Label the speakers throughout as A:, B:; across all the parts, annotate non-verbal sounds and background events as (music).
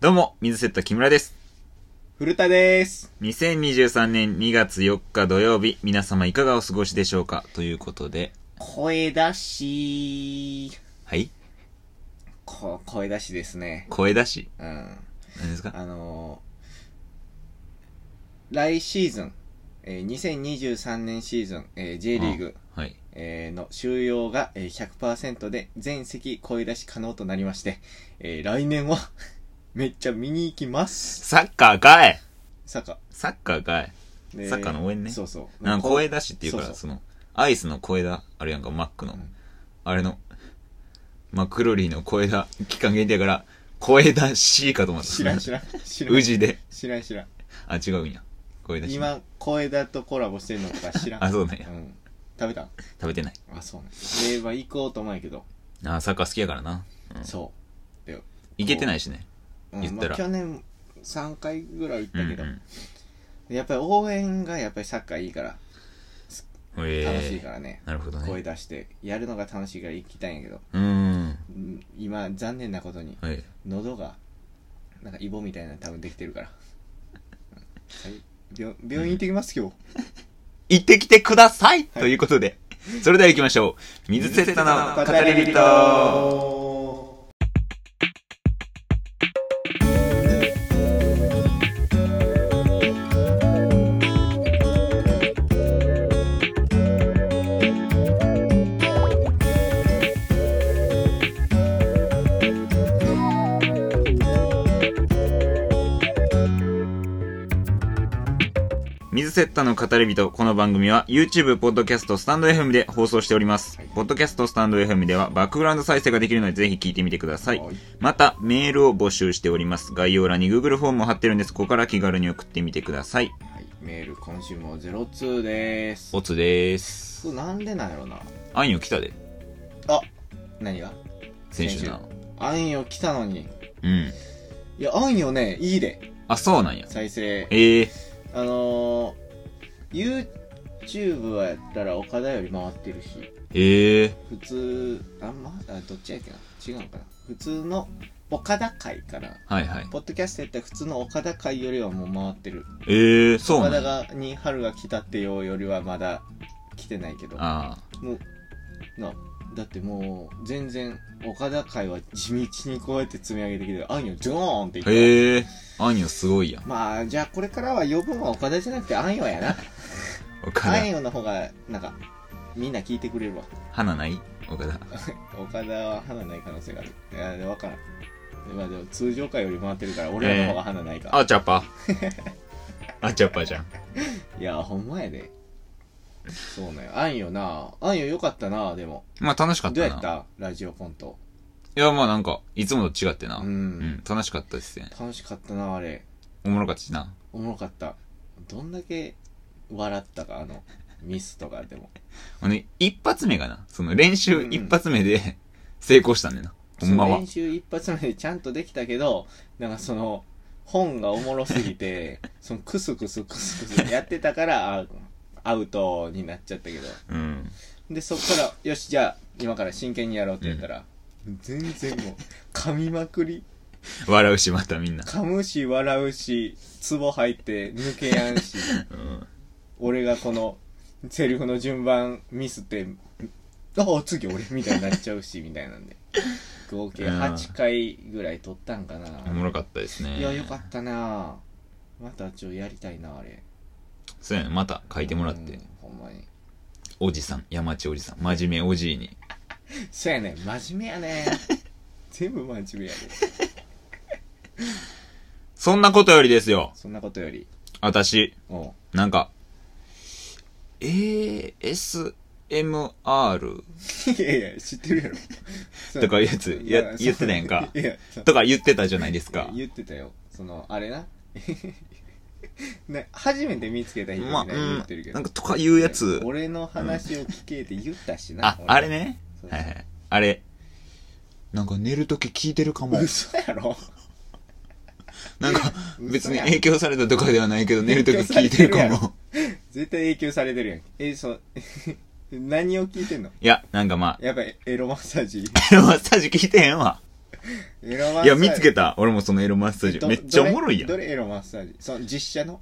A: どうも、水セット木村です。
B: 古田です。
A: 2023年2月4日土曜日、皆様いかがお過ごしでしょうかということで、
B: 声出し
A: はい
B: こ、声出しですね。
A: 声出し
B: うん。
A: 何ですか
B: あのー来シーズン、えー2023年シーズン、えー J リーグ、
A: あはい。
B: えーの収容が、えー100%で全席声出し可能となりまして、えー来年は (laughs) めっちゃ見に行きます。
A: サッカーかい
B: サッカ
A: サッカーかい
B: ー。で
A: サッカーの応援ね
B: そうそう。
A: なんか声
B: 出
A: 出しっていうから、
B: そ
A: そう
B: そ
A: の、アイスの声だ、あるやんか、マックの。
B: ん
A: あれの、マクロリーの声だ、期間限定やから、声出しかと思った。
B: 知らん知らん。知らん
A: 宇。治で。
B: 知らん知らん。
A: あ、違うんや。声出し。
B: 今、声だとコラボしてんのとか知らん。
A: あ、そうなんや
B: う。ん。食べた
A: 食べてない。
B: あ、そうね。令和行こうと思うんやけど。
A: あ、サッカー好きやからな。うん
B: そう。で、
A: いけてないしね。
B: うん
A: 言ったら
B: まあ去年3回ぐらい行っ
A: うん
B: た
A: うん。
B: けど、やっぱり応援がやっぱりサッカーいいから、
A: え
B: 楽しいからね。
A: なるほどね。
B: 声出して、やるのが楽しいから行きたいんやけど、
A: うーん。
B: うん今、残念なことに、
A: はい。
B: 喉が、なんかイボみたいなの多分できてるから。うんはい病病院行ってきます、今日。
A: 行ってきてください、
B: はい
A: ということで。それでは行きましょう。水瀬瀬田の語り人。水セッタの語り人、この番組は YouTube、ポッドキャスト、スタンド FM で放送しております。
B: はい
A: ポッドキャスト、スタンド FM ではバックグラウンド再生ができるのでぜひ聞いてみてください
B: はい。
A: また、メールを募集しております。概要欄に Google フォームを貼ってるんです。ここから気軽に送ってみてください。
B: はい、メール今週もゼロツーです。
A: おつでーす。
B: これなんでなんやろな。
A: あんよ来たで。
B: あ、何が
A: 先週な。
B: あんよ来たのに。
A: うん。
B: いや、あんよね、いいで、
A: あ、そうなんや。
B: 再生。
A: ええー。
B: あのー、YouTube はやったら岡田より回ってるし、
A: ええー。
B: 普通、あんま、あどっちやっけな違うのかな普通の岡田会から、
A: はいはい。
B: ポッドキャストやったら普通の岡田会よりはもう回ってる。
A: ええー、そう
B: 岡
A: な
B: 田
A: んや。
B: がに春が来たってようよりはまだ来てないけど。
A: あ
B: もうなだってもう全然岡田会は地道にこうやって積み上げてきてあんよジョーンっていっ
A: あ。
B: て、
A: へえ。あんよすごいやん。
B: まあじゃあこれからは呼ぶのは岡田じゃなくてあん
A: (laughs)
B: よやな
A: 岡
B: あん
A: 田。
B: よの方がなんかみんな聞いてくれるわ
A: 花ない岡田。
B: 岡田は花ない可能性があるいやで分からんまあでも通常回より回ってるから俺らの方が花ないか、
A: あちゃ
B: (laughs)
A: ぱ。あちゃぱじゃん。
B: いやほんまやでそうなんよあんよなあんよよかったなでも
A: まあ楽しかっ
B: どう
A: た
B: や
A: な。
B: ったラジオコント
A: いやまあなんか、いつもと違ってな。
B: う
A: うん。
B: ん
A: 楽しかったですね。
B: 楽しかったなあれ
A: おもろかったしな。
B: おもろかったどんだけ笑ったかあのミスとかでも
A: あのね、一発目がな、その練習
B: うん
A: 一発目で (laughs) 成功したんだよな。ほんま
B: そう
A: は
B: 練。習一発目でちゃんとできたけどなんかその本がおもろすぎてそのクスクスクスクスやってたからあアウトになっちゃったけど
A: うん。
B: でそっからよしじゃあ今から真剣にやろうって言ったら、全然もう噛みまくり
A: 笑うしまたみんな。
B: 噛むし笑うしツボ入って抜けやんし
A: うん。
B: 俺がこのセリフの順番ミスってああ次俺みたいになっちゃうしみたいなんで合計8回ぐらい取ったんかな
A: おもろかったですね。
B: いやよかったなまたちょっとやりたいなあれ
A: そうやね。また書いてもらって
B: うん。ほんまに
A: おじさん、山地おじさん、真面目おじいに。
B: そうやね真面目
A: (laughs)
B: やね全部真面目やで
A: そんなことよりですよ。
B: そんなことより
A: 私、
B: お
A: (laughs)
B: う
A: なんか、ASMR
B: いやいや知ってるやろそう
A: とかいうやつや
B: まあ
A: 言ってたやんか
B: いやそう
A: とか言ってたじゃないですか。
B: 言ってたよそのあれな (laughs) ね初めて見つけた人みた
A: まあ、
B: いうな言
A: ん
B: ってるけ、ど、
A: なんかとか言うやつ。
B: 俺の話を聞けって言ったしな
A: あ、
B: 俺
A: あれね。
B: そう
A: はいはい。あれ。なんか寝るとき聞いてるかも。
B: 嘘やろ
A: なんか別
B: 嘘
A: に
B: やん
A: 影響されたとかではないけど寝るとき聞いてるか
B: 影響されてるや
A: も。
B: 絶対影響されてるやんえそう (laughs) 何を聞いてんの
A: いや、なんかまあ、
B: やっぱエロマッサージ
A: エロマッサージ聞いてへんわ。
B: エロマッサー
A: い
B: ジ
A: や、見つけた。俺もそのエロマッサージ。
B: ど
A: めっちゃおもろいや
B: ど
A: ん。
B: れどれエロマッサージその実写の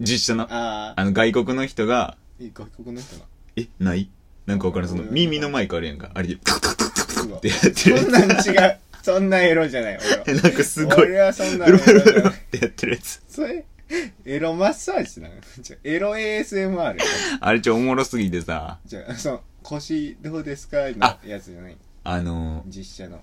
A: 実写の。
B: ああ
A: あの、外国の人が、
B: 外国
A: (laughs)
B: の人な
A: え、ないなんかわからん。その、耳のマイクあるやんか。あれで、カカカカ
B: うわ
A: ってやってる
B: そんなん違うそんなエロじゃない俺は
A: え、なんか (laughs) すごい。
B: 俺はそんな
A: う
B: エ
A: る
B: ロ
A: うる
B: じ
A: (laughs) う
B: ゃな
A: る
B: い
A: ってやってるやつ。
B: それエロマッサージなのじゃエロ ASMR や
A: あれちょ、おもろすぎてさ、
B: じゃあその腰どうですか
A: あ
B: のやつじゃない
A: あの、
B: 実写の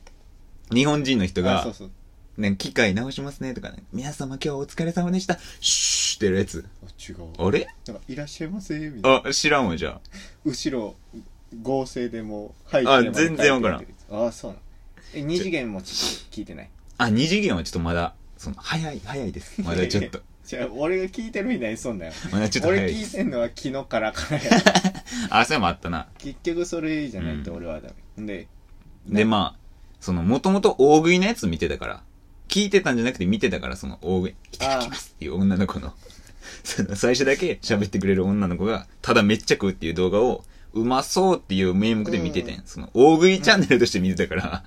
A: 日本人の人
B: あそ
A: が
B: う、そう
A: ね、機械直しますねとかね、皆様今日お疲れ様でした、シューってやるやつ。
B: あ違う
A: あれ
B: なんかいらっしゃいませみたいな
A: あ、知らんわ、じゃ
B: 後ろ合成でもう入
A: あ全然わからん
B: ああそうなのえ二次元もち聞いてない
A: あ。あ、二次元はちょっとまだ、その、早い、早いです。まだちょ
B: (laughs)
A: っと。
B: じゃあ俺が聞いてるみたいにそんなよ
A: まだちょっと早
B: 俺
A: いで
B: 聞い
A: す。
B: てんのは昨日からからや
A: (laughs) あ、それもあったな。
B: 結局それじゃないと
A: うん
B: 俺はダメ、で
A: で、まあ、その、もともと大食いのやつ見てたから、聞いてたんじゃなくて見てたから、その、大食い、いただきますっていう女の子の、 (laughs) その、最初だけ喋ってくれる女の子が、ただめっちゃ食うっていう動画を、うまそうっていう名目で見ててん。その、大食いチャンネルとして見てたから、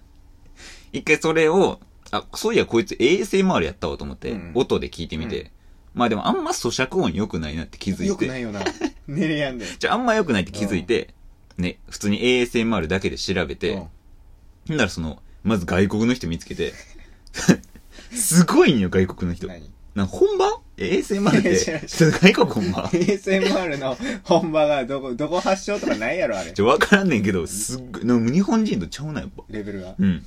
A: 一回それを、あ、そういやこいつ ASMR やったわと思って、
B: うん
A: 音で聞いてみて、
B: うん
A: まあでもあんま咀嚼音良くないなって気づいて。
B: よくないよな (laughs) 寝れやんで
A: じゃああんま良くないって気づいて、ね、普通に ASMR だけで調べて、
B: うん
A: ほんならその、まず外国の人見つけて、 (laughs) すごいんよ、外国の人。
B: 何
A: な、本場 ?ASMR っ
B: いや知らん
A: て、ちょっと外国本場
B: ASMR の本場がどこどこ発祥とかないやろあれ
A: ちょ、わからんねんけど、すっごい、なんか日本人とちゃうな、やっぱ。
B: レベルが
A: うん。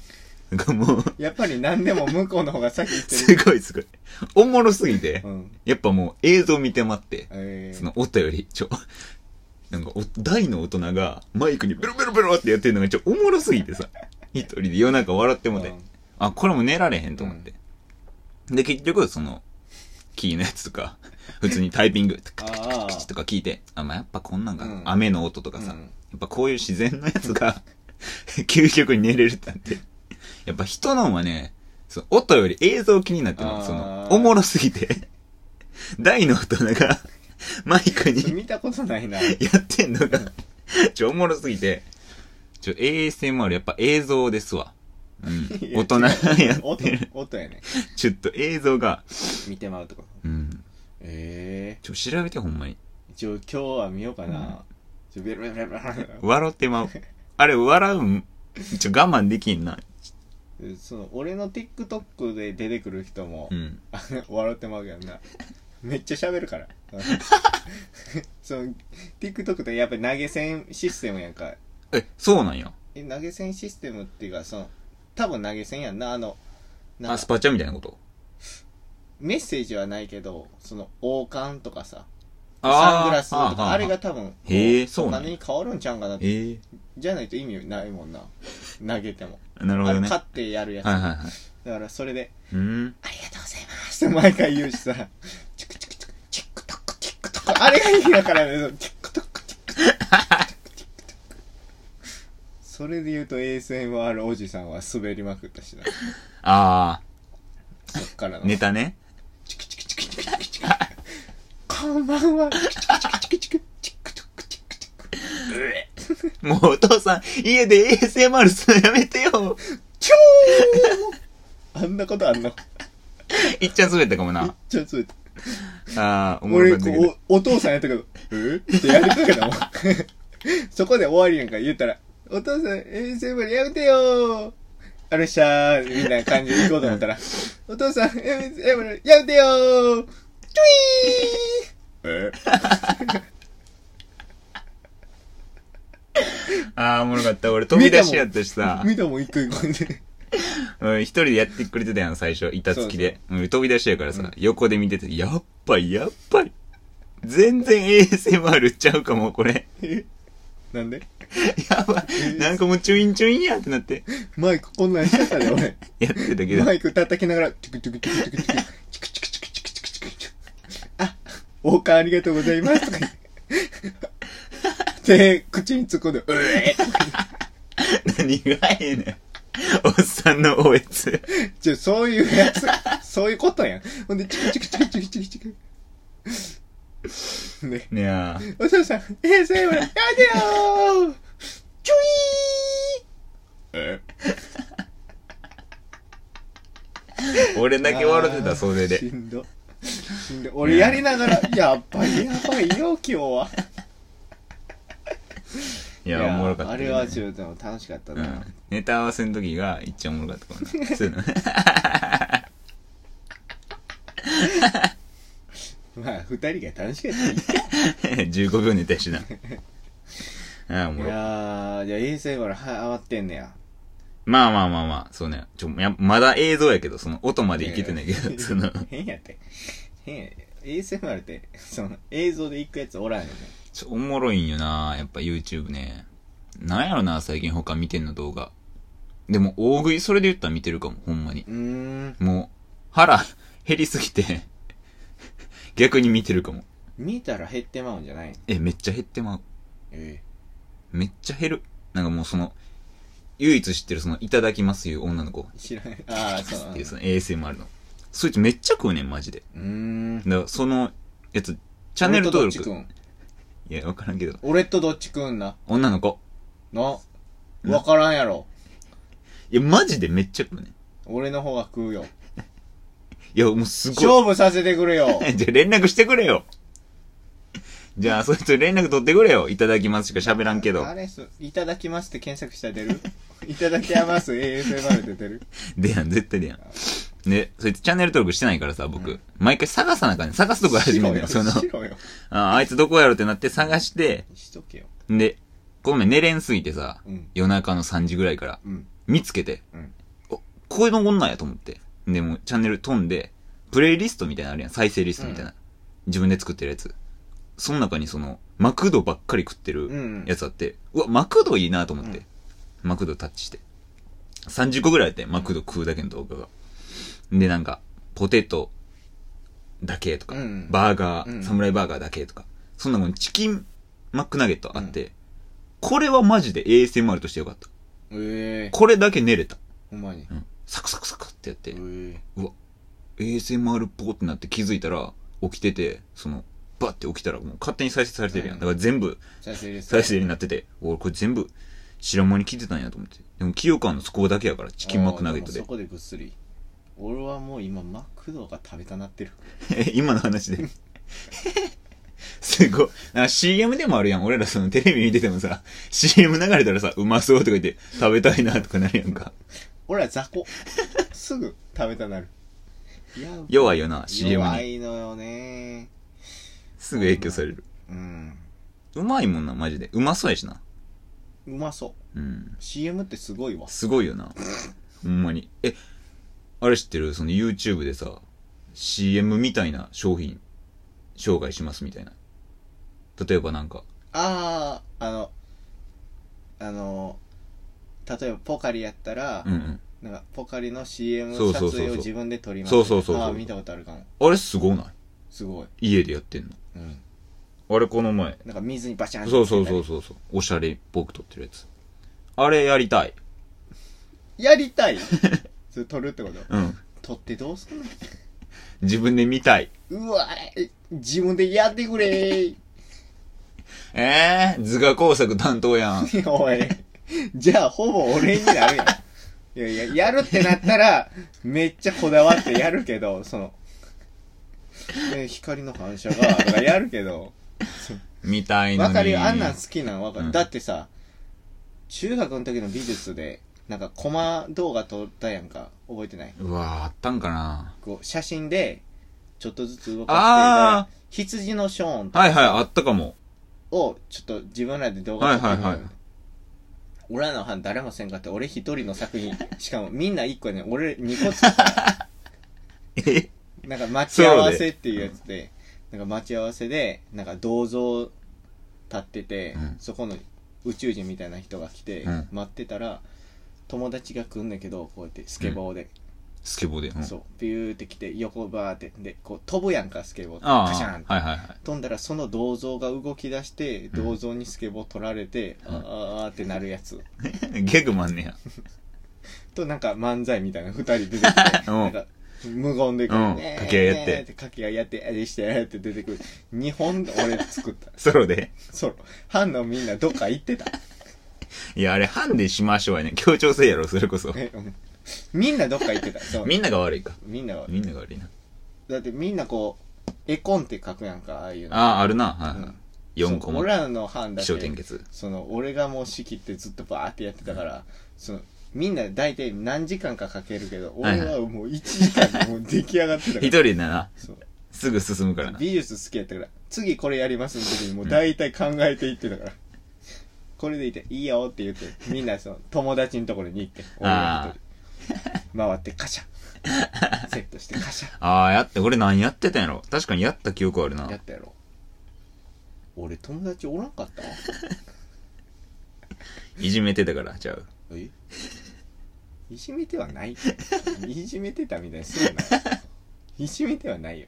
A: なんか
B: (laughs)
A: もう、
B: やっぱり何でも向こうの方が先行って
A: す
B: る
A: ごいすごい。おもろすぎて
B: う、ん
A: やっぱもう映像見てまって、
B: え
A: そ
B: ー、
A: の音より、ちょ、なんかお、大の大人がマイクにベロベロベロってやってるのがちょ、おもろすぎてさ、一人で夜中笑ってもて
B: う、ん
A: あ、これも寝られへんと思って。で、結局、その、キーのやつとか、 (laughs) 普通にタイピング、タ
B: あ
A: カ
B: あ
A: タカとか聞いて、あ、まあ、やっぱこんなんが、
B: うん
A: 雨の音とかさ、
B: う
A: や
B: ん
A: っぱこういう自然のやつが、 (laughs) 究極に寝れるってなって。やっぱ人のはね、その音より映像気になってる
B: あー
A: その、おもろすぎて、 (laughs) 大の大人が、マイク
B: それ
A: に
B: 見たことないな
A: (laughs) やってんのが、ちょ、おもろすぎて、ちょ、ASMR やっぱ映像ですわ。
B: (laughs)
A: うん。大人がやって
B: 音
A: る。
B: 音やね
A: ちょっと映像が、
B: 見てまうとか
A: うん。
B: ええ
A: ちょ、調べてほんまに。
B: ー、一応今日は見ようかな、ちょベロベロベロベロ
A: 笑ってまう。 (laughs) あれ、笑うんちょ、我慢できんな。
B: その俺の TikTok で出てくる人も、
A: うん。
B: あの (laughs) 笑ってまうけどなめっちゃ喋るから (laughs) その TikTok ってやっぱり投げ銭システムやんか
A: え、そうなんや。
B: え投げ銭システムっていうかその多分投げ銭やんなあのなん
A: あ、ス
B: か
A: パチャみたいなこと
B: メッセージはないけどその王冠とかさサング
A: あ
B: ラ
A: ー
B: スとかあれ。
A: は
B: が多分
A: へー
B: こう
A: そう
B: お
A: なんや
B: 金に変わるんちゃうんかなって
A: ええ
B: じゃないと意味ないもんな投げても
A: ー。なるほど
B: あれ
A: ね。
B: 勝
A: は
B: ってやるや
A: い
B: つ、
A: はいはい。
B: だからそれで
A: うん。
B: ありがとうございますって毎回言うしさ、チクチクチク、チクトク、チクトク。あれがいいだからね、そのチクトク、チクトク、チクトク、チクトク。それで言うと ASMR おじさんは滑りまくったしな。
A: あ
B: そっから
A: ー、
B: の。
A: ネタね。
B: チクチクチクチクチクチク。こんばんは。チクチクチクチクチク。チクトク、チクチク。
A: もうお父さん、家で ASMR するのやめてよ。 (laughs)
B: ちょーあんなことあんの
A: いっちゃん滑ったかもな。
B: ちょっと、
A: あー、おもろ
B: 俺
A: かっ
B: こ
A: たけど。
B: うお、お父さんやったけど、えってやりかけたもん。 (laughs) そこで終わりやんか言ったら、お父さん、ASMR やめてよーあれっしゃーみたいな感じで行こうと思ったら、 (laughs) お父さん、ASMR やめてよーチュイーえ
A: あー、おもろかった。俺飛び出しやったしさ。
B: 見たもん一個一個で。
A: うん、一人でやってくれてたやん、最初。板付きで。うん、飛び出しやからさ、
B: うん
A: 横で見てて、やっぱり、やっぱり。全然 ASMR ちゃうかも、これ。
B: えなんで
A: やばい。なんかもうチュインチュインやってなって、
B: マイクこんなんしちゃったで、俺。
A: やってたけど
B: マ。イク叩きながら、チクチクチクチクチクチク、チクチクチクチクチクチクチク。あ、おかありがとうございます。とか言って。で、口に突っ込んで、うえー
A: 何がええねん。おっさんのおえつ。
B: じゃそういうやつ、そういうことやん。ほんで、チクチクチクチクチクチク。ね、
A: いや
B: お父さん、えー、そういうの、やめてよーチュイーえ
A: 俺だけ笑ってた、袖
B: し
A: で。
B: んど。しんど。俺やりながら、やっぱりやばいよ、今日は。
A: いや、おもろかった
B: あ
A: け
B: れ
A: どね、
B: はちょっと楽しかった
A: う
B: な。
A: ん。ネタ合わせの時が一番おもろかったかもな。そういうのね。
B: まあ、二人が楽しかっ
A: (laughs)
B: た。
A: 15秒ネタやしな。ああ、おも
B: い
A: ろ。
B: やー、じゃあ衛星からは上がってんねや。
A: まあまあまあまあ、そうね。ちょ、やまだ映像やけど、その音までいけてないけど、その、
B: 変やって。変や。衛星丸って、その、映像で行くやつおらんよね。
A: ちょおもろいんよなやっぱ YouTube ね。なんやろな最近他見てんの動画。でも、大食い、それで言ったら見てるかも、ほんまに。
B: うーん。
A: もう、腹、減りすぎて、逆に見てるかも。
B: 見たら減ってまうんじゃないの
A: え、めっちゃ減ってまう。
B: え
A: めっちゃ減る。なんかもうその、唯一知ってるその、いただきますいう女の子っ
B: え知らない。ああ、そ
A: (laughs)
B: う。
A: ていうその ASMR の。そいつめっちゃ食うねん、マジで。
B: うーん。
A: だから、その、やつ、チャンネル登
B: 俺とどっち
A: 録。
B: く
A: い
B: ん
A: や、わからんけど。
B: 俺とどっちくんな。
A: 女の子。
B: な。わからんやろ。
A: いや、マジでめっちゃ食うねん。
B: 俺の方が食うよ。
A: いや、もうすごい。
B: 勝負させてくれよ。
A: (laughs) じゃあ連絡してくれよ。じゃあ、そいつ連絡取ってくれよ。いただきますしか喋らんけど
B: あ。れす、いただきますって検索したら出る (laughs) いただきます ASMR で出る
A: でやん、絶対でやん。で、そいつチャンネル登録してないからさ、僕。
B: うん
A: 毎回探さなあかんねん探 (laughs) すとこ始める
B: よ。
A: の。その、
B: しろよ。
A: ああいつどこやろってなって探して、
B: しとけよ。
A: で、この前寝れんすぎてさ、
B: うん。
A: 夜中の3時ぐらいから、
B: うん。
A: 見つけて、
B: うん
A: お、こういうの女やと思って。で、もうチャンネル飛んで、プレイリストみたいなのあるやん。再生リストみたいな。自分で作ってるやつ。その中にその、マクドばっかり食ってる、
B: うん。
A: やつあって、うわ、マクドいいなと思って、
B: うん
A: マクドタッチして。30個ぐらいあって、マクド食うだけの動画が。で、なんか、ポテトだけとか、
B: うん
A: バーガー、
B: うん
A: サムライバーガーだけとか、そんなもんチキンマックナゲットあって、これはマジで ASMR としてよかった。
B: ええ
A: これだけ寝れた。
B: ほんまに。
A: うんサクサクサクってやって、
B: ええ
A: ASMR っぽってなって気づいたら、起きてて、その、バッて起きたらもう勝手に再生されてるやん。
B: うん
A: だから全部、
B: 再生リスト。
A: 再生になってて、俺これ全部知らん間に聞いてたんやと思って。でも、清川のそこだけやから、チキンマックナゲット
B: あー
A: で
B: もそ。こでぐっすり。俺はもう今、マクドが食べたなってる。
A: え (laughs) 今の話で。すごい。なんか CM でもあるやん。俺らそのテレビ見ててもさ、CM 流れたらさ、うまそうとか言って、食べたいなとかなるやんか。
B: 俺は
A: (laughs)
B: 雑魚。すぐ食べたなる。いや
A: 弱いよな、CM
B: 弱
A: に。
B: いのよね
A: すぐ影響される。
B: うん。
A: うまいもんな、マジで。うまそうやしな。
B: うまそう。
A: うん。
B: CM ってすごいわ。
A: すごいよな。ほんまに。え、あれ知ってるその YouTube でさ、CM みたいな商品、紹介しますみたいな。例えばなんか、
B: あああのあの例えばポカリやったら、
A: うん
B: なんかポカリの CM
A: そう
B: 撮
A: そうそうそう
B: 影を自分で撮ります
A: そうそうそうそう
B: ああ見たことあるかも
A: うん。あれすごない
B: すごい、
A: 家でやってんの。
B: うん、
A: あれこの前。
B: なんか水にバチャンって
A: そうそう
B: つけた
A: そ
B: り
A: うそうそう。おしゃれっぽく撮ってるやつ。あれやりたい。
B: やりたいそれ撮るってこと
A: うん。
B: 撮ってどうすんの
A: 自分で見たい。
B: うわえ自分でやってくれ
A: えー、図画工作担当 (laughs) やん。
B: おいじゃあほぼ俺になるやんいやいややるってなったらめっちゃこだわってやるけどその、ね光の反射がとかやるけど
A: 見たいのに。
B: わかるよ。あんなん好きなんわかる、
A: うん
B: だってさ、中学の時の美術で、なんかコマ動画撮ったやんか。覚えてないう
A: わー、あったんかな。
B: こう、写真で、ちょっとずつ動
A: あ
B: かしてたら羊のショーン
A: はいはい、あったかも。
B: を、ちょっと自分らで動画撮ってみる
A: はいはいはい
B: 俺らの班誰もせんかって、俺一人の作品。しかもみんな一個やねん俺二個作った。
A: え
B: なんか待ち合わせっていうやつで、なんか待ち合わせで、なんか銅像立ってて、
A: うん
B: そこの宇宙人みたいな人が来て、
A: うん
B: 待ってたら、友達が来んねんけど、こうやってスケボーで、
A: スケボーで。うん、
B: そう、ビューって来て、横バーって、で、こう飛ぶやんか、スケボーって、
A: ああ。
B: カシャンって。
A: はいはいはい。
B: 飛んだらその銅像が動き出して、
A: ん
B: 銅像にスケボー取られて、
A: うん
B: あーあーってなるやつ。
A: (laughs) ギャグもあんねや。
B: となんか漫才みたいな二人出てきて、
A: うん
B: なんか無言で
A: うん
B: ねえ
A: 掛け合いやって
B: ねえ掛け合いやって、あれして、あれって出てくる。日本で俺作った。
A: ソロで。
B: そう。ファンのみんなどっか行ってた。
A: いや、あれ、ハンデしましょうやね。協調性やろ、それこそ。
B: えうんみんなどっか行ってた。そう。
A: みんなが悪いか。
B: みんなは。
A: みんなが悪いな。
B: だってみんなこう、絵コンって書くやんか、ああいうの。
A: ああ、あるな。はいはい。
B: そ
A: 4
B: う
A: コマ
B: 俺。らの班
A: 気
B: だって
A: 象点結。
B: その俺がもう仕切ってずっとバーってやってたから、そのみんな大体何時間かかけるけど
A: はい
B: 俺
A: はい
B: はもう1時間でもう出来上が
A: (laughs)
B: ってたか
A: 一人
B: ら
A: でな、
B: そう
A: すぐ進むからな。
B: 美術好きやったから次これやりますの時にもう大体考えていってたから、これでいていいよって言ってみんなその友達のところに行って俺が一人回ってカシャセットしてカシャ
A: ああ、やって、俺何やってたんやろ。確かにやった記憶あるな
B: や。ったやろ俺友達おらんかった
A: いじめてたから、ちゃう。
B: えいじめてはないいじめてたみたいにするないじめてはないよ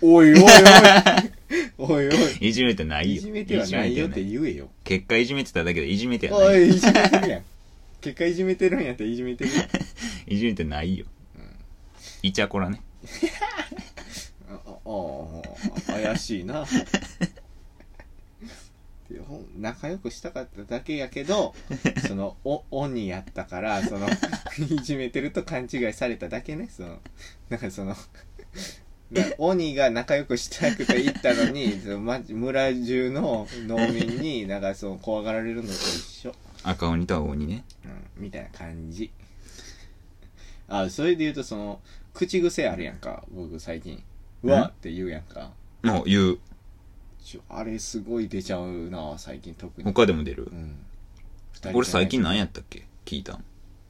B: おいおい (laughs) おいおいおい
A: いじめてないよ。
B: いじめてはないよっ
A: いじめて
B: て
A: はない
B: 言えよ
A: 結果いじめてただけでいじめては
B: お
A: ない。
B: いいじめてるやん (laughs) 結果いじめてるんやったらいじめてるやん
A: いじめてないよ。イチャコラね。
B: あああ怪しいなでほん仲良くしたかっただけやけどそのおオンにやったからその (laughs) いじめてると勘違いされただけねそのなんかそのな鬼が仲良くしたくて行ったのにそのま村中の農民になんかその怖がられるのと一緒、
A: 赤鬼と青鬼ね。
B: うん、みたいな感じ (laughs) あそれで言うとその口癖あるやんか僕最近「うわ」って言うやんか
A: もう言う。
B: ちょあれすごい出ちゃうな最近特に、
A: 他でも出る
B: う。ん、二人じゃない
A: 俺最近何やったっけ聞いたん。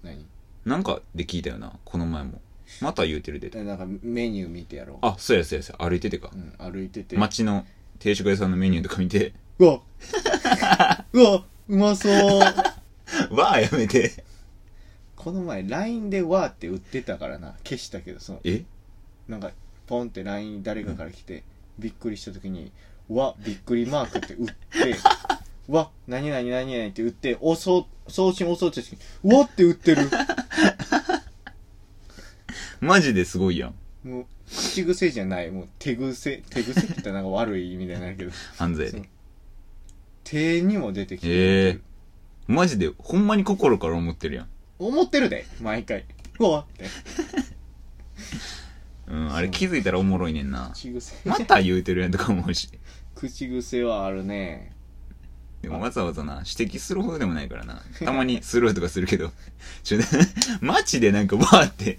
B: 何
A: なんかで聞いたよな。この前も。また言うてるで。
B: えなんかメニュー見てやろう
A: あ、そうやそうやそうや。歩いててか
B: う。ん、歩いてて
A: 街の定食屋さんのメニューとか見て、 (laughs)
B: うわ (laughs) うわうまそう
A: わあやめて。
B: (laughs) この前 LINE で「わ」って売ってたからな消したけどその
A: え
B: なんかポンって LINE 誰かから来て、びっくりした時に「わ」びっくりマークって (laughs) 打って「わ」何々何々って打っておそう送信遅ってた時に「わ」って打ってる
A: マジですごいやん。
B: もう口癖じゃないもう手癖手癖って言ったらなんか悪い意味みたいになるけど
A: 犯罪
B: そ
A: で
B: う。手にも出てきて、
A: ええマジで、ほんまに心から思ってるやん。
B: 思ってるで毎回うわって
A: うん、あれ気づいたらおもろいねん
B: (laughs)
A: な。
B: 口癖
A: また言うてるやんとか思うし。
B: 口癖はあるね
A: でもわざわざな、指摘するほどでもないからな。たまにスルーとかするけど。ちょ、 (laughs) マジでなんかわーって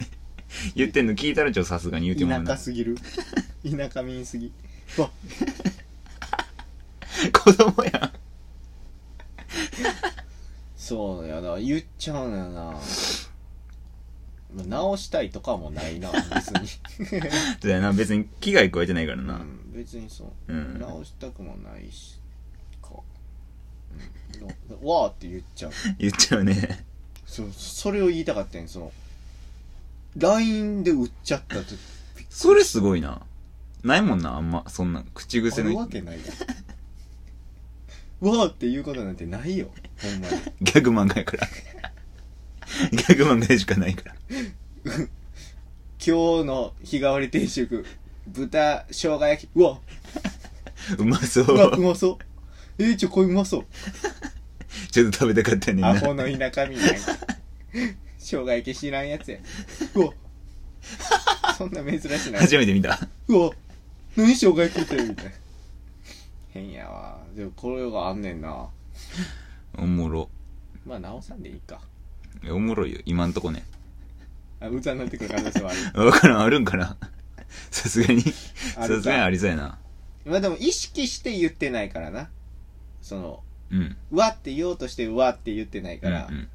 A: 言ってんの聞いたらちょ、さすがに言うてもう
B: 田
A: な
B: 舎。すぎる田舎民すぎうわ
A: 子供やん。
B: そうやな言っちゃうのよな
A: (laughs)
B: まあ直したいとかもないな別に、
A: そうやな、別に危害加えてないから (laughs)
B: う
A: な。
B: ん、別にそう
A: うん。
B: 直したくもないしか、うんのわーって言っちゃう
A: 言っちゃうね。
B: そうそれを言いたかったんやその LINE で売っちゃったと
A: それすごいな。ないもんな、あんま、そんな、口
B: あ
A: 癖
B: る
A: の
B: わけないやんわーっていうことなんてないよほんまに
A: ギャグ漫画やから。 (laughs) ギャグ漫画でしかないから。
B: 今日の日替わり定食豚生姜焼きうわ
A: うまそう
B: わう
A: う。
B: まそうえー、ちょこれうまそう
A: ちょっと食べたかったねんな
B: ア。ホの田舎みたいな生姜焼き知らんやつやうわそんな珍しいな
A: 初めて見た。
B: うわ何生姜焼きってるみたいな変やわでもこれがあんねんな
A: おもろ。
B: まあ直さんでいいか
A: いやおもろいよ、今んとこね。
B: あ歌になってくる可能性はある
A: わからん、あるんかな。さすがに。さ
B: あ
A: す
B: るか
A: がにありそうやな。
B: まあでも意識して言ってないからなその
A: うん。
B: 「わ」って言おうとして「わ」って言ってないから、
A: うんうん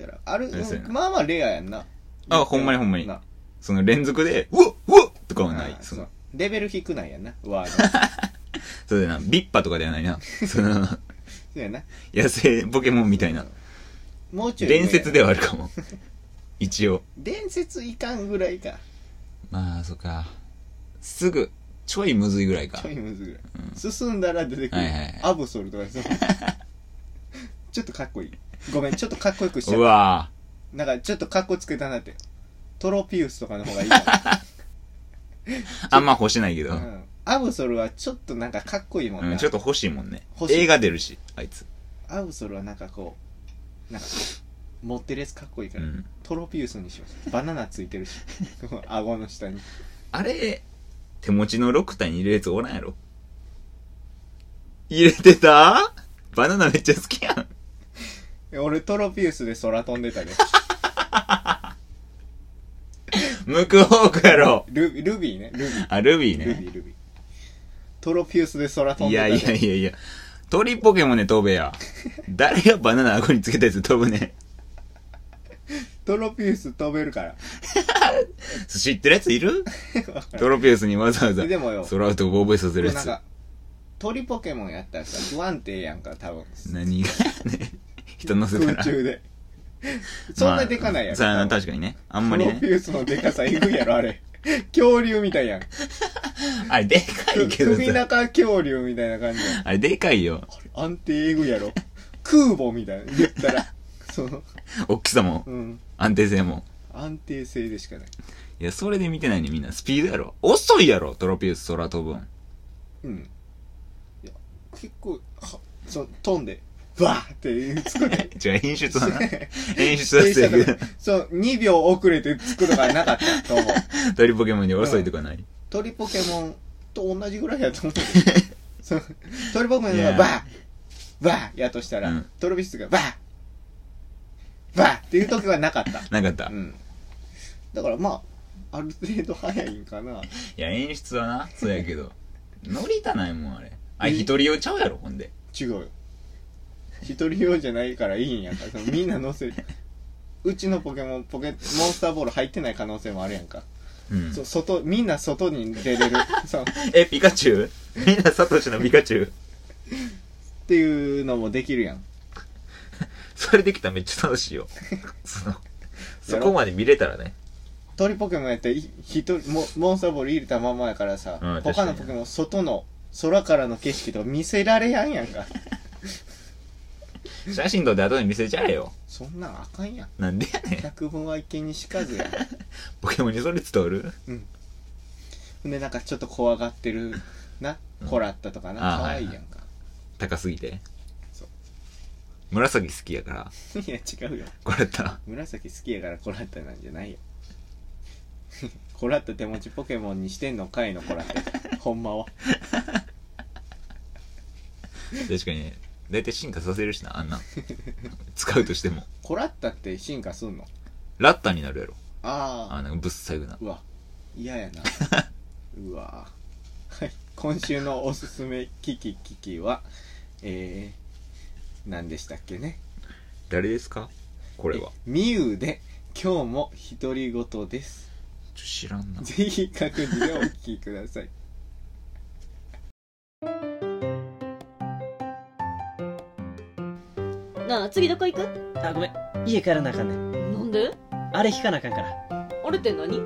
B: だからある、
A: そうやな
B: まあまあレアやんな
A: あほんまにほんまに
B: な
A: その連続で、うわうわとかはない
B: あ。
A: そ
B: そう
A: の、
B: レベル低くないやんな「わ」の
A: (laughs) そうだな、ビッパとかではないな。その、
B: そうやな
A: 野生ポケモンみたい
B: (laughs)
A: な。
B: もうちょい上や
A: 伝
B: な
A: 説ではあるかも。一応。
B: 伝説いかんぐらいか
A: まあ、そっか。すぐ、ちょいむずいぐらいか
B: ちょ。いむずぐらい、進んだら出てくる、
A: はいはいはい
B: アブソルとかそう (laughs) ちょっとかっこいいごめんちょっとかっこよくしちゃ
A: う
B: う
A: わ
B: なんかちょっとかっこつけたなってトロピウスとかの方がい
A: (laughs)
B: いかも
A: ぁ。あんま欲しないけど。
B: う
A: うん
B: アブソルはちょっとなんかかっこいいもん
A: ん、
B: な。
A: ちょっと欲しいもんね
B: 欲。しい
A: 映画出るし、あいつ。
B: アブソルはなんかこう、なんか、持ってるやつかっこいいか
A: う
B: ら、
A: ん。
B: トロピウスにしましたバナナついてるし (laughs) 顎の下に
A: あれ、手持ちの6体に入れるやつおらんやろ入れてたバナナめっちゃ好きやん。
B: 俺トロピウスで空飛んでたで
A: 向く方向やろ
B: ルルビーねルビー
A: あ、ルビー
B: ルビ
A: ね。
B: ールビートロピウスで空飛ん
A: い
B: で
A: や
B: たで
A: いやいやいや。鳥ポケモンね、飛べ
B: (laughs)
A: や。誰がバナナ顎につけたやつ飛ぶね。
B: トロピウス飛べるから
A: (laughs) 知ってるやついるトロピウスにわざわざ
B: えでもよ
A: 空を飛ぶ覚えさせるや
B: なん
A: つ。
B: か鳥ポケモンやったらさ不安定やんか多分
A: 何がやねん人乗せたら
B: 空。中でそんなでかないやろ、
A: さあ、
B: 多分
A: 確かにね。あんまり
B: トロピ
A: ね。
B: ウスのでかさえぐいやろ
A: (laughs)
B: あれ恐竜みたいやん
A: あれ、でかいけど
B: 首
A: さ。
B: 中恐竜みたいな感じやん
A: あれ、でかいよ。
B: 安定えぐいやろ空母みたいな言っ
A: (laughs)
B: たらその
A: 大きさも、
B: うん
A: 安定性も。
B: 安定性でしかない
A: いや、それで見てないね、みんな。スピードやろ。遅いやろ、トロピウス空飛ぶん。
B: うんいや結構はそ飛んでバーってつくね
A: じゃあ、演出
B: (laughs)
A: はな。 (laughs) 演出はせ
B: 停止した
A: く
B: とこそう2秒遅れてつくのがなかったと思う (laughs)
A: 鳥ポケモンに遅いとかない。
B: 鳥ポケモンと同じぐらい
A: (laughs)
B: やと思うそう鳥ポケモン
A: い
B: が
A: や
B: バーバーやとしたら、
A: うん
B: トロビスがバーバーっていう時はなかった
A: なかった。
B: う
A: い
B: んだからまあある程度早いんかな
A: や、演出はな、そうやけど。乗りたないもん、あれ。あ、
B: え
A: 一人用ちゃうやろ、ほんで。
B: 違うよ一人用じゃないからいいんやんからそのみんな乗せるうちのポケモンポケモンスターボール入ってない可能性もあるやんか、
A: うん。
B: そう外みんな外に出れる (laughs) そうっ
A: え、ピカチュウみんなサトシのピカチュウ。
B: ていうのもできるやん
A: それできたらめっちゃ楽しい (laughs) よ。その、そこまで見れたらね。
B: 鳥ポケモンやったらい一人モモンスターボール入れたままやからさ、
A: うん確か
B: 他
A: に
B: のポケモン外の空からの景色とか見せられやんやんか
A: 写真撮って後で見せちゃえよ。
B: そんなんあかんやん
A: なんでやねん。
B: 脚本は一見にしかずやん
A: ポケモンにそれ伝わる
B: でなんかちょっと怖がってるなコラッタとかな
A: あー
B: 可愛、い
A: はい
B: やんか、
A: 高すぎて
B: そう。
A: 紫好きやから。
B: (laughs) い、や違うよ
A: これやったら。
B: 紫好きやからコラッタなんじゃないよ (laughs) コラッタ手持ちポケモンにしてんのかいのコラッ (laughs) タほんまは
A: 確かにね。だいたい進化させるしな、あんな。使うとしても。
B: コラッタって進化すんの
A: ラッタになるやろ。
B: ああ
A: あ、なんかぶっさぐな。
B: うわ嫌 (laughs) やなうわはい今週のおすすめキキキキはえー、何でしたっけね
A: 誰ですかこれは。
B: みゆで今日も独り言です
A: ちょ知らんな。
B: ぜひ各自でお聞きください
C: なあ次どこ行く
D: あごめん家帰らなあかんねん
C: なんで
D: あれ引かなあかんから
C: あれって何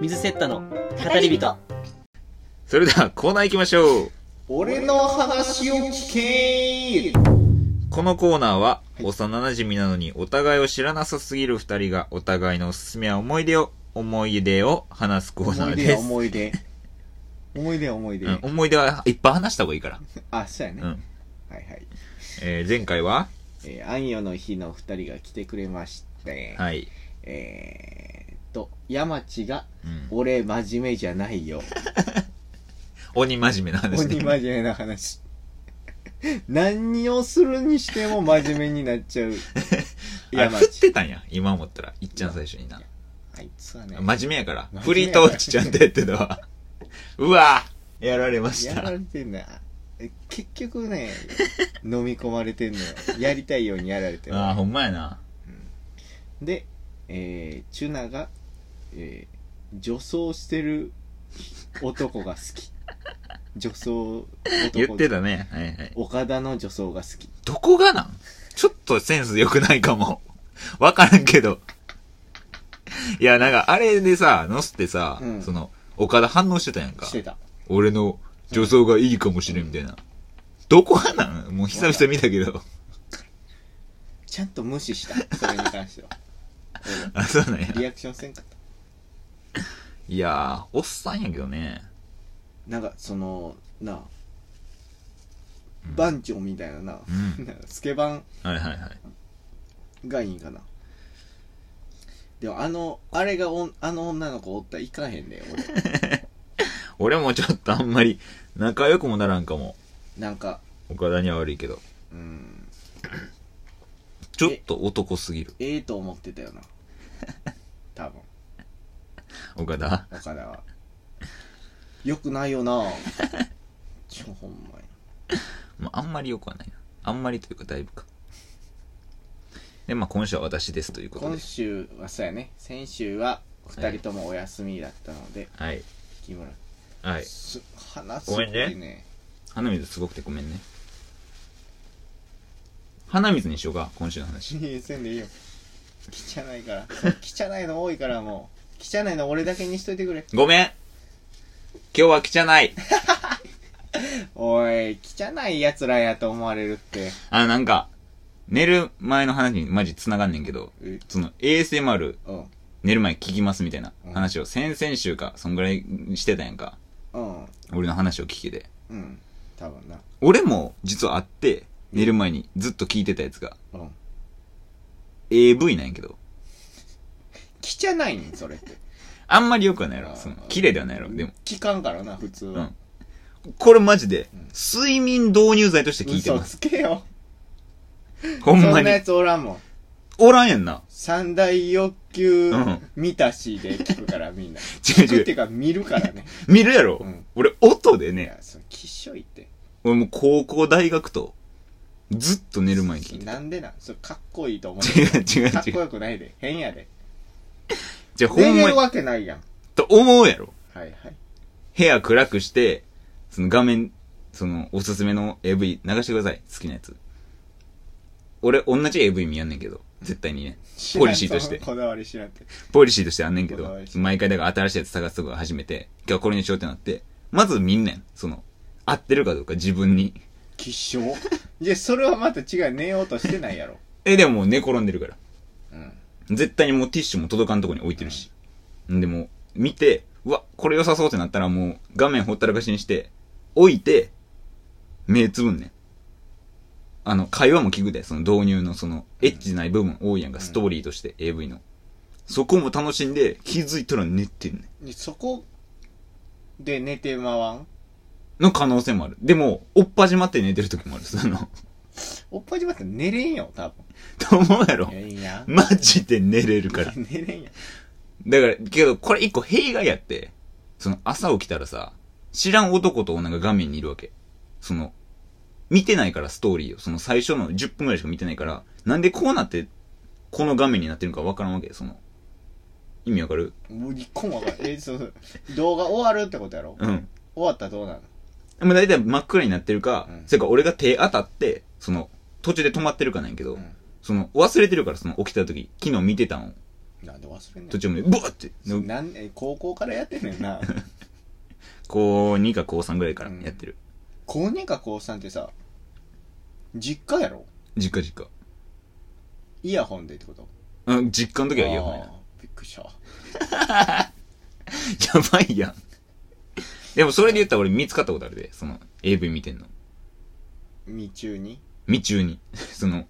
D: 水セッタの語り人
A: それではコーナー行きましょう。
B: (laughs) 俺の話を聞け
A: このコーナーは、幼馴染なのにお互いを知らなさすぎる二人がお互いのおすすめや思い出を、思い出を話すコーナー
B: 思い出
A: で
B: や
A: す。
B: 思い出思い出や思い出、
A: うん、思い出はいっぱい話した方がいいから。
B: あそうやね、
A: うん
B: はいはい、
A: えー前回は、
B: えー、あんよの日の二人が来てくれまして、
A: はい。
B: えーっと山地が
A: うん
B: 「俺真面目じゃな
A: (laughs)
B: いよ」
A: 鬼真面目な話
B: 鬼
A: ね。
B: 真面目な話 (laughs) 何をするにしても真面目になっちゃう
A: (laughs) あ
B: 山
A: 振っ
B: 地
A: てたんや。今思ったら。いっちゃん最初にな。
B: あいつはね
A: 真面目やから。
B: 真
A: 振
B: 面
A: り
B: 目やから
A: と落ちちゃんとやってたわ。 (laughs) うわぁやられまし
B: やら
A: た。
B: れてんなえ結局ね飲み込まれてんのよやりたいようにやられてる
A: ああ、ほんまやな。
B: で、えーチュナが、えー女装してる男が好
A: (laughs)
B: き女装男
A: 言ってたね。はいはい。
B: 岡田の女装が好き
A: どこがなんちょっとセンス良くないかも。 (laughs) わからんけど。いや、なんか、あれでさ、ノスってさ、
B: うん
A: その、岡田反応してたやんか
B: し。てた
A: 俺の女装がいいかもしれんみたいな。どこがなんもう久々見たけど。 (laughs)
B: ちゃんと無視したそれに関しては俺
A: あ、そう (laughs) なんや。
B: リアクションせんかった
A: いやー、おっさんやけどね。
B: なんかそのなあ番長みたいなな,、
A: うん
B: なんかスケバン
A: はいはいはい。
B: がいいんかなでもあのあれがおんあの女の子おったらいかへんね俺
A: 俺もちょっとあんまり仲良くもならんかも。
B: なんか
A: 岡田には悪いけど。
B: うん
A: ちょっと男すぎる。
B: ええと思ってたよな (laughs) 多分
A: 岡田
B: 岡田はよくないよなちょほんまに
A: まあ、あんまり良くはないな。あんまりというかだいぶか。で、まあ今週は私ですということ
B: 今
A: で。
B: 週はそうやね先週は2人ともお休みだったので、
A: はい。
B: 木村
A: はい。
B: す話す
A: ごめんね
B: ごいね
A: 鼻水すごくてごめんね。鼻水にしようか、今週の話。
B: いやせんでいいよ汚いから汚いの多いからもう汚いの俺だけにしといてくれ
A: ごめん今日は汚い
B: おい汚いやつらやと思われるって
A: あ、なんか、寝る前の話にマジ繋がんねんけど、
B: え
A: その ASMR
B: うん
A: 寝る前聞きますみたいな
B: うん
A: 話を先々週か、そんぐらいしてたやんか。
B: うん
A: 俺の話を聞けて。
B: うん多分な
A: 俺も実はあって、寝る前にずっと聞いてたやつが、
B: うん
A: AV なんやけど、
B: 汚いねんそれって
A: あんまり良くはないや
B: あ
A: ろ。
B: ー
A: その、綺麗ではないやろ。でも、
B: 聞かんからな普通
A: う
B: は
A: ん。これマジで
B: うん、
A: 睡眠導入剤として聞いて
B: 嘘
A: ます。
B: つけよ
A: ほ
B: そん
A: んま
B: な
A: に。
B: やつおらんもん
A: おらんやんな。
B: 三大欲求
A: うん
B: 見たしで聞くからみんな
A: (laughs) 違う違う
B: 聞くっていうか見るからね
A: 見るやろ。
B: うん
A: 俺、音で
B: い
A: ね
B: や、それきっしょいって
A: 俺もう高校、大学と、ずっと寝る前に聞いてた。
B: なんでなんそれかっこいいと思
A: 違
B: う
A: う違
B: かっ
A: う
B: こ
A: 違う。
B: よくないで変やで
A: じゃあほ
B: 寝
A: ん
B: れ
A: ま
B: る
A: に、
B: わけないやん
A: と思うやろ。
B: はいはい
A: 部屋暗くして、その画面、その、おすすめの AV 流してください。好きなやつ。俺、同じ AV 見やんねんけど。絶対にね。ポリシーとして
B: 知らんそのこだわり知らんって
A: ポリシーとしてあんねんけ
B: こだ
A: ど
B: わり、して
A: 毎回だから新しいやつ探すとこ始めて、今日はこれにしようってなって、まず見んねん。その、合ってるかどうか自分に。
B: きっしょじゃあそれはまた違う寝ようとしてないやろ
A: え、でももう寝転んでるから。
B: うん
A: 絶対にもうティッシュも届かんとこに置いてるし。ん、でも、見て、うわ、これ良さそうってなったらもう画面ほったらかしにして、置いて、目つぶんねん。あの、会話も聞くで、その導入のその、エッチない部分多いやんか、
B: うん
A: ストーリーとして、AV の。そこも楽しんで、気づいたら寝てんね
B: でそこで寝てまわん
A: ん。の可能性もある。でも、おっぱじまって寝てる時もある。その、 (laughs)
B: おっぱいじまって寝れんよ多分
A: と思うやろ
B: い。やいいや
A: マジで寝れるから。
B: (laughs) 寝れんや
A: だから、けど、これ一個弊害やって、その朝起きたらさ、知らん男と女が画面にいるわけ。その、見てないからストーリーを、その最初の10分ぐらいしか見てないから、なんでこうなって、この画面になってるのかわからんわけその、意味わかる
B: もう一個もわかんないえそう動画終わるってことやろ
A: うん。
B: 終わったらどうなの
A: でも大体真っ暗になってるか、
B: うん
A: それか俺が手当たって、その、途中で止まってるかなんやけど、
B: うん
A: その、忘れてるから、その起きた時、昨日見てたんを、
B: なんで忘れんねん
A: 途中まで、ブワーって、
B: なんえ高校からやってんね
A: (laughs)
B: んな
A: 高2か高3ぐらいからやってる。
B: 高2か高3ってさ実家やろ
A: 実家実家。
B: イヤホンでってこと
A: うん、実家の時はイヤホンやな (laughs)
B: あ。ーびっくりした
A: やばいやん。でもそれで言ったら俺見つかったことあるで、その AV 見てんの。
B: 未中に
A: 未中に。その、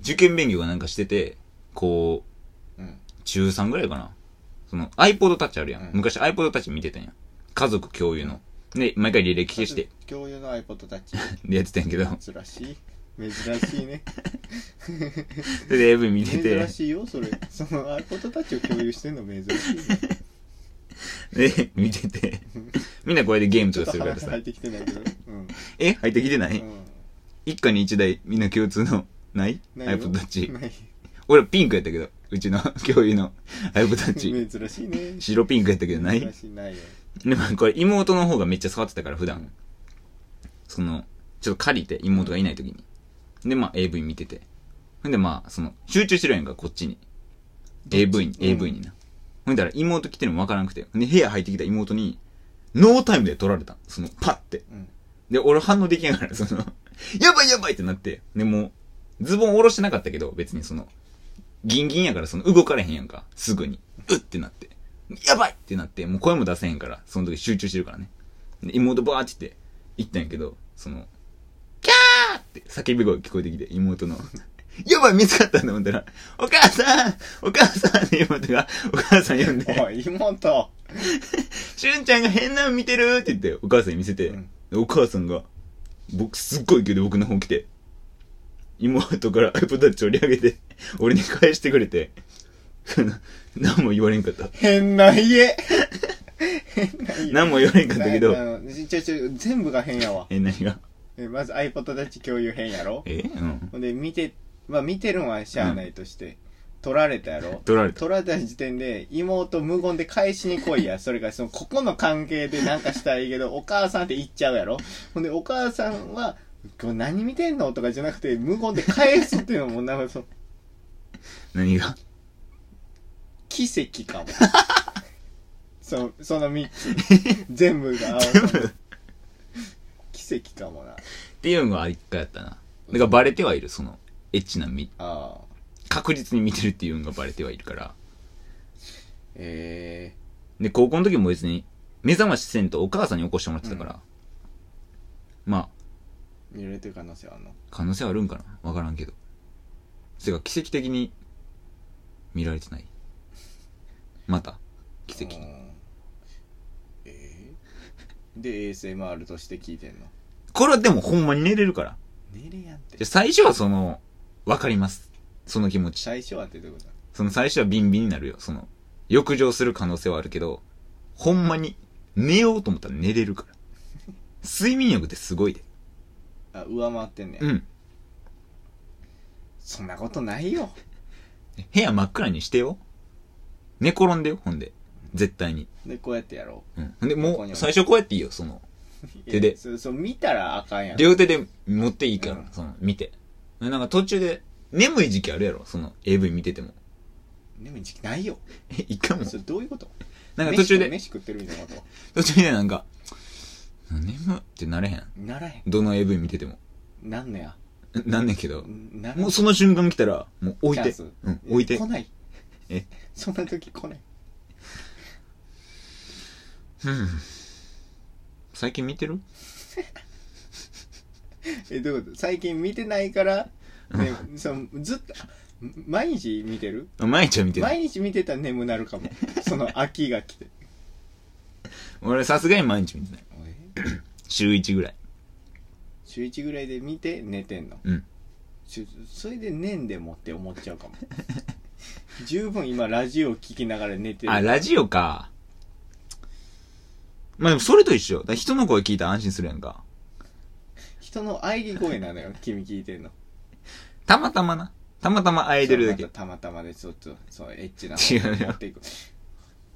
A: 受験勉強がなんかしてて、こ
B: うん
A: う、中3ぐらいかな。その iPod Touch あるやん。
B: うん
A: 昔 iPod Touch 見てたんや。家族共有の。で、毎回履歴消して、
B: 共有の iPod
A: (laughs)
B: たち
A: でやってたんやけど、
B: 珍しい珍しいね
A: それで AV 見てて
B: 珍、しいよそれその iPod たちを共有してんの珍しいね
A: (laughs) で、見てて、みんなこれでゲーム
B: ち
A: と
B: ょっ
A: か
B: と
A: するから
B: 話
A: さ
B: 入っ、てきてないけ
A: (laughs)
B: どうん、
A: え入ってきてな
B: う
A: い、
B: ん、
A: 一家に一台みんな共通の、ない
B: ないよ
A: ?iPod Touch。
B: (laughs) ない
A: 俺ピンクやったけど、うちの (laughs) 共有の iPod Touch。
B: 珍しいね
A: 白ピンクやったけどない
B: 珍しいないよ
A: でもこれ妹の方がめっちゃ触ってたから普段、
B: うん
A: そのちょっと借りて妹がいない時に、でまあ AV 見ててほんでまあその集中してるやんかこっちに AV に、
B: うん
A: AV になほんだら妹来てるのもわからなくてで部屋入ってきた妹にノータイムで撮られたそのパッて
B: うん
A: で俺反応できながらそのやばいやばいってなってでもうズボン下ろしてなかったけど別にそのギンギンやからその動かれへんやんかすぐにうってなってやばいってなって、もう声も出せへんから、その時集中してるからね。で妹バーって言って、行ったんやけど、その、キャーって叫び声聞こえてきて、妹の。 (laughs) やばい、見つかったと思ったら、お母さんお母さんって妹が、お母さん呼んで、
B: おい、妹。
A: しゅんちゃんが変なん見てるって言って、お母さんに見せて、
B: うん
A: でお母さんが、僕、すっごい勢いで僕の方来て、妹から iPod タッチ折り上げて、俺に返してくれて、その何も言われんかった。
B: 変な家。変な家。
A: 何も言われんかったけど
B: な。あのちょちょ、全部が変やわ。
A: え、何が
B: えまず iPod タッチ共有変やろ。
A: えうん。
B: ほんで、見て、まあ見てるんはしゃあないとして、取られたやろ。
A: 取られた。
B: 取られた時点で、妹無言で返しに来いや。それから、その、ここの関係でなんかしたらいいけど、お母さんって言っちゃうやろ。ほんで、お母さんは、これ何見てんのとかじゃなくて、無言で返すっていうのも、なんかその、
A: 何が
B: 奇跡 (laughs) かも。そその3つ。 (laughs) 全部が合わさ
A: 全部
B: る
A: っ
B: 奇跡かもな。
A: ていうのが一回あったな。だからバレてはいる、その、エッチなみ、
B: ああ。
A: 確実に見てるっていうのがバレてはいるから。
B: え
A: で、高校の時も別に、目覚ましせんとお母さんに起こしてもらってたから、ま
B: えー、揺れてる可能性はあるの
A: あ、可能性はあるんかなわからんけど。それが奇跡的に、見られてない。また、奇跡
B: う。んえー、で ASMR として聞いてんの
A: これはでもほんまに寝れるから。
B: 寝れやんって
A: で最初はその、わかります。その気持ち。
B: 最初はってどういうこと
A: その最初はビンビンになるよ。その、浴場する可能性はあるけど、ほんまに寝ようと思ったら寝れるから。睡眠欲ってすごいで。
B: あ上回ってんねや、
A: うん。
B: そんなことないよ
A: 部屋真っ暗にしてよ。寝転んでよ、ほんで。絶対に。
B: でこうやってやろ
A: うん。ほんで、
B: ここ
A: もう、
B: に置いて
A: 最初こうやっていいよ、その。
B: う
A: 手で
B: いやそうそう見たらあかんやん
A: 両手で持っていいから、
B: うん
A: その、見て。でなんか途中で、眠い時期あるやろ、その、AV 見てても。 (laughs)
B: でも時期ないよ
A: え、一回も。
B: それどういうこと
A: なんか途中で、
B: 飯食飯食ってるみたいなこと
A: 途中でなんか、眠ってなれへん。
B: ならへ
A: どの AV 見てても。
B: んなんねや
A: なんねんけど。
B: な
A: もうその瞬間来たら、もう置いて
B: チャンス。
A: うん、置いて
B: 来。ない
A: え
B: (laughs) そんな時来ない
A: うん。最近見てる
B: えどういうこと最近見てないから、ね、そのずっと毎日見てる
A: あ毎日は見てない。
B: 毎日見てたら眠なるかもその秋が来て
A: 俺さすがに毎日見てない。週1ぐらい。
B: 週1ぐらいで見て寝てんの
A: うん
B: しそれで寝んでもって思っちゃ
A: (laughs)
B: うかも十分今ラジオ聞きながら寝てる
A: あ、ラジオか。まあでもそれと一緒。だから人の声聞いたら安心するやんか。
B: 人の喘ぎ声なのよ君聞いてんの
A: たまたまな。たまたま会えてるだけ
B: そう。たまたまでちょっとそうエッチな
A: 違うよ
B: 持っていく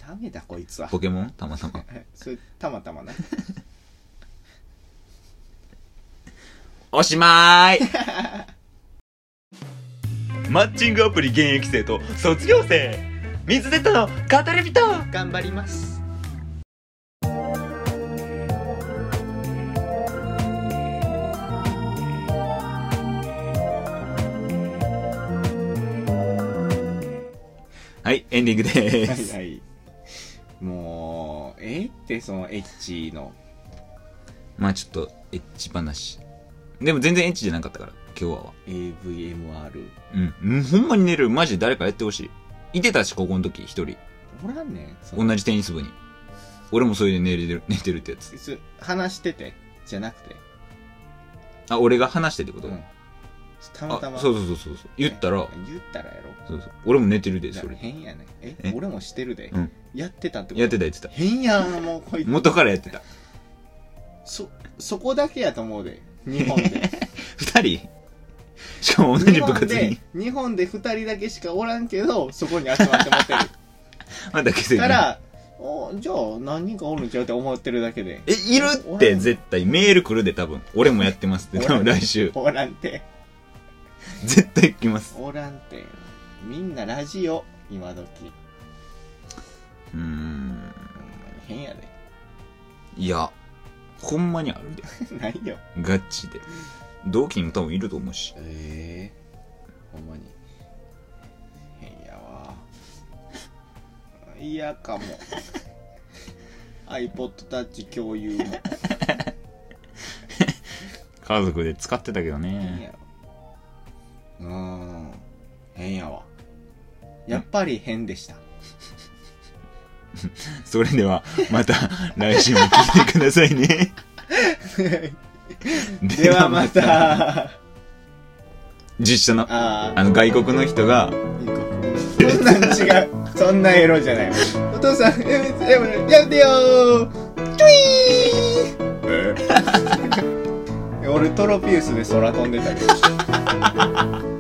B: ダメだこいつは
A: ポケモンたまたま。
B: それたまたまな
A: おしまーい (laughs) マッチングアプリ現役生と卒業生水出たの語り人
B: 頑張ります
A: はい、エンディングで
B: (laughs) は
A: ー
B: い
A: す。
B: はいもうえってそのエッチの
A: まあちょっと、エッチ話。でも全然エッチじゃなかったから、今日はは。
B: AVMR
A: うん。うんほんまに寝る。マジで誰かやってほしい。いてたし、高校の時、一人。
B: おらんねんその
A: 同じテニス部に。俺もそれで寝れてる、寝てるってやつ。
B: す話しててじゃなくて、
A: あ、俺が話してってこと、
B: うんたまた
A: あ、
B: ま
A: そうそうそうそうそう。言ったら、
B: 言ったらやろ
A: そうそう。俺も寝てるで、
B: だ
A: そ
B: から
A: れ。
B: 変やねんえ
A: え
B: 俺もしてるで、
A: うん
B: やってたってこと
A: やってたやってた。
B: 変やんもうこいつ
A: 元からやってた。
B: そそこだけやと思うで日本で (laughs)
A: 二人しかも同じ部活に
B: 日。本で日本で2人だけしかおらんけど (laughs) そこに集まってもらってる
A: まだ消せ
B: か
A: ない。
B: らおじゃあ何人かおるんちゃうって思ってるだけで
A: え、いるって絶対メール来るで多分。俺もやってますって多分来週。
B: (laughs) おらんて
A: 絶対来ます。
B: おらんてみんなラジオ今時
A: うーん。
B: 変やで (laughs)
A: いや、ほんまにあるで。
B: ないよ
A: ガチで。同期にも多分いると思うし。
B: ええほんまに変やわ嫌か (laughs) も iPod タッチ共有も
A: 家族で使ってたけど
B: 変
A: ね。
B: やろうーんやっぱり変で (laughs) した。
A: それでは、また来週も聞いてくださいね。
B: (laughs) ではま。 (laughs) た。
A: 実写の、
B: あ
A: あの、外国の人が、
B: あ、いいか。そんなん違う。そんなエロじゃない。お父さん、やめて、やめてやめてよーチ (laughs) ュイー俺トロピウスで空飛んでたけど。